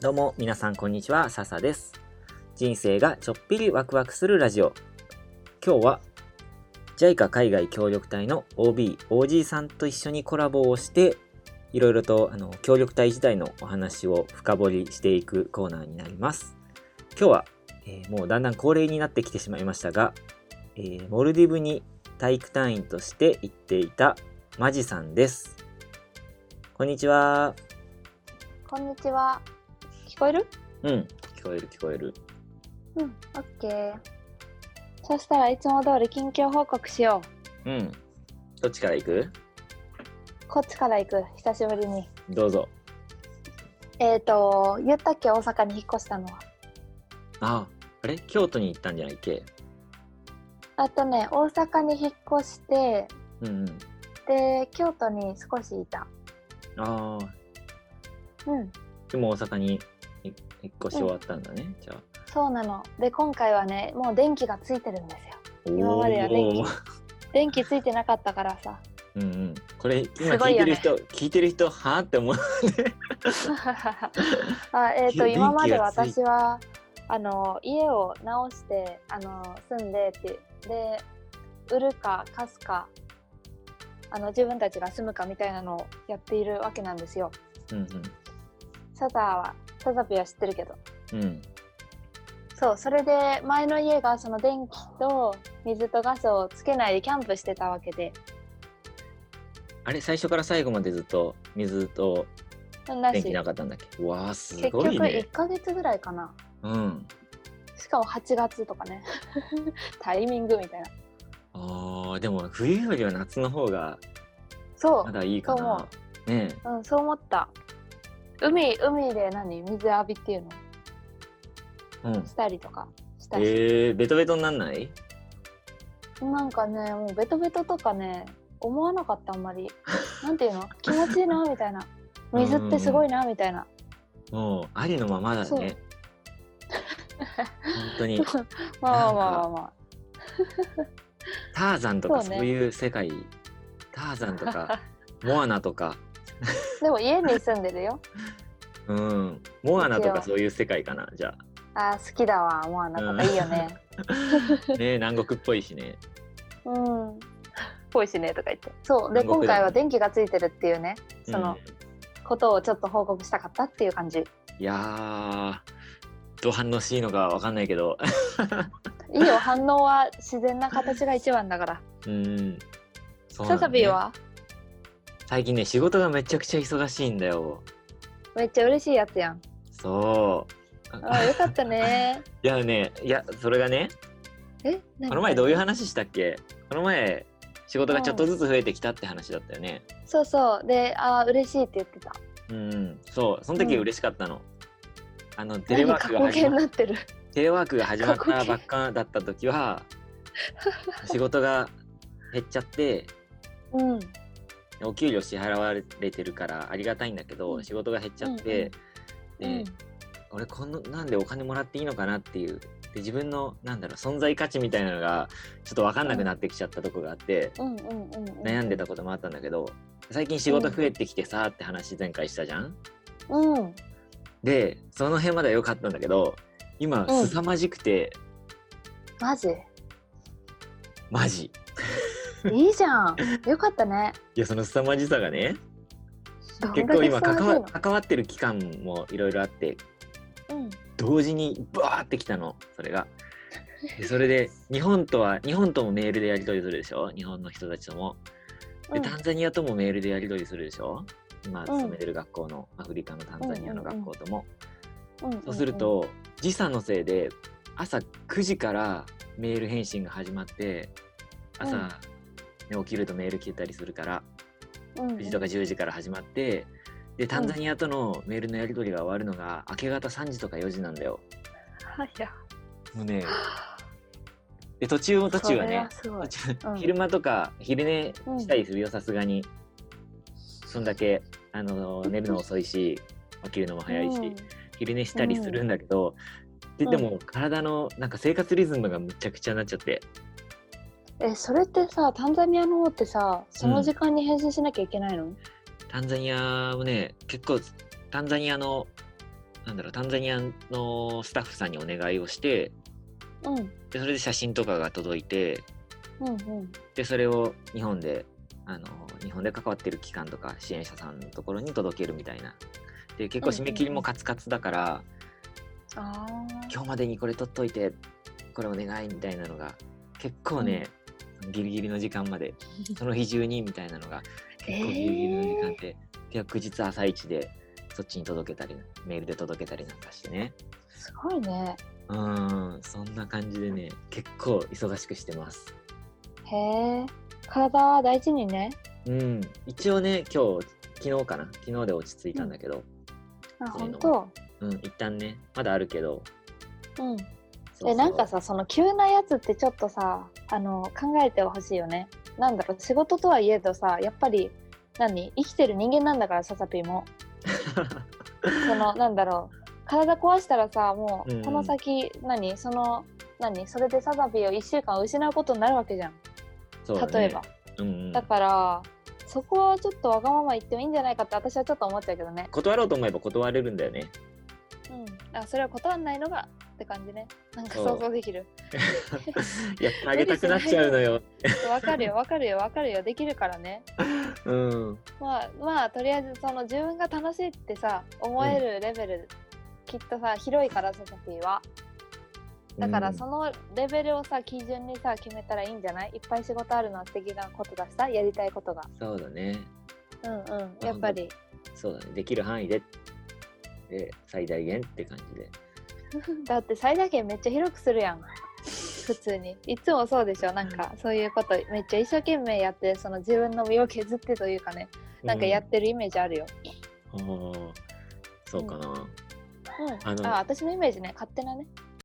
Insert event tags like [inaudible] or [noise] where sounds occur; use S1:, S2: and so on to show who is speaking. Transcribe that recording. S1: どうも皆さんこんにちは笹です人生がちょっぴりワクワクするラジオ今日は JICA 海外協力隊の OBOG さんと一緒にコラボをしていろいろとあの協力隊時代のお話を深掘りしていくコーナーになります今日は、えーもうだんだん恒例になってきてしまいましたが、えーモルディブに体育隊員として行っていたマジさんですこんにちは
S2: こんにちは。聞こえる
S1: うん聞こえる聞こえる
S2: うん、オッケー。そしたらいつも通り近況報告しよ
S1: うん。どっちから行く
S2: う。こっちから行く、久しぶりに。
S1: どうぞ。
S2: えっ、ー、と、言ったっけ、大阪に引っ越したのは。
S1: あ、あれ京都に行ったんじゃないっけ
S2: あとね、大阪に引っ越して、
S1: うんうん。
S2: で、京都に少しいた。
S1: ああ、
S2: うん、
S1: でも大阪にい引っ越し終わったんだね。じゃあ。
S2: そうなの。で、今回はね、もう電気がついてるんですよ。今までは電気
S1: おー
S2: 電気ついてなかったからさ。
S1: うんうん。これ、今
S2: すご
S1: 聞い
S2: い
S1: て
S2: よ
S1: る
S2: ね
S1: 人、聞いてる人、はあって思う。[laughs]
S2: [laughs] あえっ、と
S1: 電気
S2: 今まで
S1: がつい
S2: 私はあの家を直してあの住んでってで売るか貸すかあの自分たちが住むかみたいなのをやっているわけなんですよ。
S1: うん
S2: サザーはサザピーは知ってるけど
S1: うん。うん。
S2: そうそれで前の家がその電気と水とガスをつけないでキャンプしてたわけで
S1: あれ、最初から最後までずっと水と
S2: な
S1: 電気
S2: し
S1: なかったんだっけわあ、す
S2: 結
S1: ご
S2: 局
S1: いね
S2: 1。ヶ月ぐらいかな
S1: うん。
S2: しかも8月とかね [laughs] タイミングみたいな
S1: ああ、でも冬よりは夏の方が
S2: そう
S1: まだいいかな。ねえ。
S2: うん、そう思った。海、海で何水浴びっていうの
S1: うん。
S2: したりとかしたし、
S1: えー、ベトベトになんない
S2: なんかね、もうベトベトとかね、思わなかったあんまり。なんていうの気持ちいいな、みたいな。水ってすごいな、みたいな。
S1: もうありのままだ
S2: そう
S1: ね。本当
S2: [laughs]
S1: に
S2: まあまあまあま
S1: ターザンとか
S2: そう
S1: そ
S2: ね
S1: ういう世界、ターザンと
S2: あ [laughs]
S1: か。モアナとか、
S2: でも家に住んでるよ。
S1: うん、モアナと
S2: 一
S1: か
S2: 応
S1: そういう世界かなじゃ
S2: あー好きだわ、もうなんかいいよね。
S1: あ。ね南国っぽいしね。
S2: うん。ぽいしね、とか言って。そう。で、
S1: 南
S2: 今
S1: 国だね
S2: 回は電気がついてるっていうね、 [laughs] その
S1: う
S2: ことをちょっと報告したかったっていう感じ。
S1: んいやー、どう反応していいのかわかんないけど、 [laughs]
S2: いいよ、反応は自然な形が一番だから。
S1: うん。そうなんだ
S2: ササ
S1: ね
S2: ビーは
S1: 最近ね仕事がめちゃくちゃ忙しいんだよ。
S2: めっちゃ嬉しいやつやん。
S1: そう。
S2: あ
S1: [laughs]
S2: ーよかったね。
S1: いやね、いやそれがね、
S2: え、
S1: この前どういうう話したっけこの前仕事がちょっとずつ増えてきたって話だったよね。
S2: そうそう。で、あー嬉しいって言ってた。
S1: うん、そう、その時嬉しかったの。あのテレ
S2: 何
S1: ワー
S2: 過
S1: クが
S2: 去
S1: 始
S2: 形に
S1: ま
S2: なってる。
S1: テレワークが始まっ
S2: 過去
S1: た
S2: 形
S1: ばっかだった時は仕事が減っちゃって
S2: うん。うん。
S1: お給料支払われてるからありがたいんだけど、
S2: うん
S1: 仕事が減っちゃって、で、俺こんななんでお金もらっていいのかなっていうで自分のなんだろう存在価値みたいなのがちょっと分かんなくなってきちゃったとこがあって。
S2: うんうんうんうん。
S1: 悩んでた。こともあったんだけど最近仕事増えてきてさーって話前回したじゃん。
S2: うん。
S1: でその辺までは良かったんだけど今
S2: うん
S1: 凄まじくて、
S2: マジ。
S1: マジ
S2: いいじゃ
S1: [laughs]
S2: ん。よかったね。
S1: いやその凄まじさがね
S2: どんだけ
S1: 結構今関わ
S2: 騒いで
S1: 関わってる期間もいろいろあって
S2: んのうん。
S1: 同時にバーってきたのそれが。でそれ
S2: [laughs]
S1: で日本とは日本ともメールでやり取りするでしょ日本の人たちとも。で
S2: うん
S1: タンザニアともメールでやり取りするでしょ今
S2: うん
S1: 勤めてる学校のアフリカのタンザニアの学校とも。
S2: うんん
S1: そうする。と時差のせいで朝9時からメール返信が始まって朝、
S2: うん
S1: ね起きるとメール来てたりするから
S2: うんうん
S1: 9時とか10時から始まってでタンザニアとのメールのやり取りが終わるのが明け方3時とか4時なんだよ。
S2: はいや。
S1: もうね [sighs] で途中も途中はね
S2: それはす
S1: 途中
S2: うん
S1: 昼間とか昼寝したりするよさすがにそんだけあの寝るの遅いし起きるのも
S2: ごい。
S1: 早いし。
S2: うん
S1: 昼寝したりするんだけど、
S2: うん
S1: ででも体のなんか生活リズムがむちゃくちゃになっちゃって
S2: え、それってさ、タンザニアの方ってさ、その時間に返信しなきゃいけないの？
S1: タンザニアもね結構タンザニアのなんだろうタンザニアのスタッフさんにお願いをして
S2: うん
S1: でそれで写真とかが届いて
S2: うんうん
S1: でそれを日本であの日本で関わってる機関とか支援者さんのところに届けるみたいなで結構締め切りもカツカツだから、
S2: ああ
S1: 今日までにこれ取っといてこれお願いみたいなのが結構ね、ギリギリの時間ま
S2: [laughs]
S1: でその日中にみたいなのが結構ギリギリの時間で、翌日朝一でそっちに届けたりメールで届けたりなんかしてね
S2: すごいね
S1: うーんそんな感じでね結構忙しくしてます
S2: へえ体は大事にね
S1: うん一応ね今日昨日かな昨日で落ち着いたんだけど、
S2: あ
S1: そういう
S2: 本
S1: の
S2: 当
S1: うん一旦ねまだあるけど
S2: うん
S1: そうそう
S2: えなんかさその急なやつってちょっとさあの考えてほしいよねなんだろう仕事とはいえどさやっぱり何生きてる人間なんだからささぴーもそ
S1: [laughs]
S2: のなんだろう体壊したらさも
S1: うんう
S2: うんこの先、何その何それでささぴーを1週間失うことになるわけじゃん、
S1: [laughs] そうだね
S2: 例えば
S1: うんうん
S2: だからそこはちょっとわがまま言ってもいいんじゃないかって私はちょっと思っちゃうけどね
S1: 断ろうと思えば断れるんだよね
S2: うんあそれは断んないのがって感じねなんか
S1: そう
S2: 想像できる
S1: やってあげたくなっちゃうのよ。
S2: わかる [laughs] よわかるよわかるよできるからね
S1: うん。
S2: まあまあとりあえずその自分が楽しいってさ思えるレベル、きっとさ広いからさサピーはだからそのレベルをさ基準にさ決めたらいいんじゃないいっぱい仕事あるのは素敵なことだしさやりたいことが
S1: うん、そうだね。
S2: うんうんやっぱり
S1: そうだね。できる範囲で、で最大限って感じで。
S2: だって最大限めっちゃ広くするやん普通にいつもそうでしょなんかそういうことめっちゃ一生懸命やってその自分の身を削ってというかねなんかやってるイメージあるよ、
S1: うん、あーそうかな。
S2: うん
S1: あの
S2: あ私のイメージね勝手なね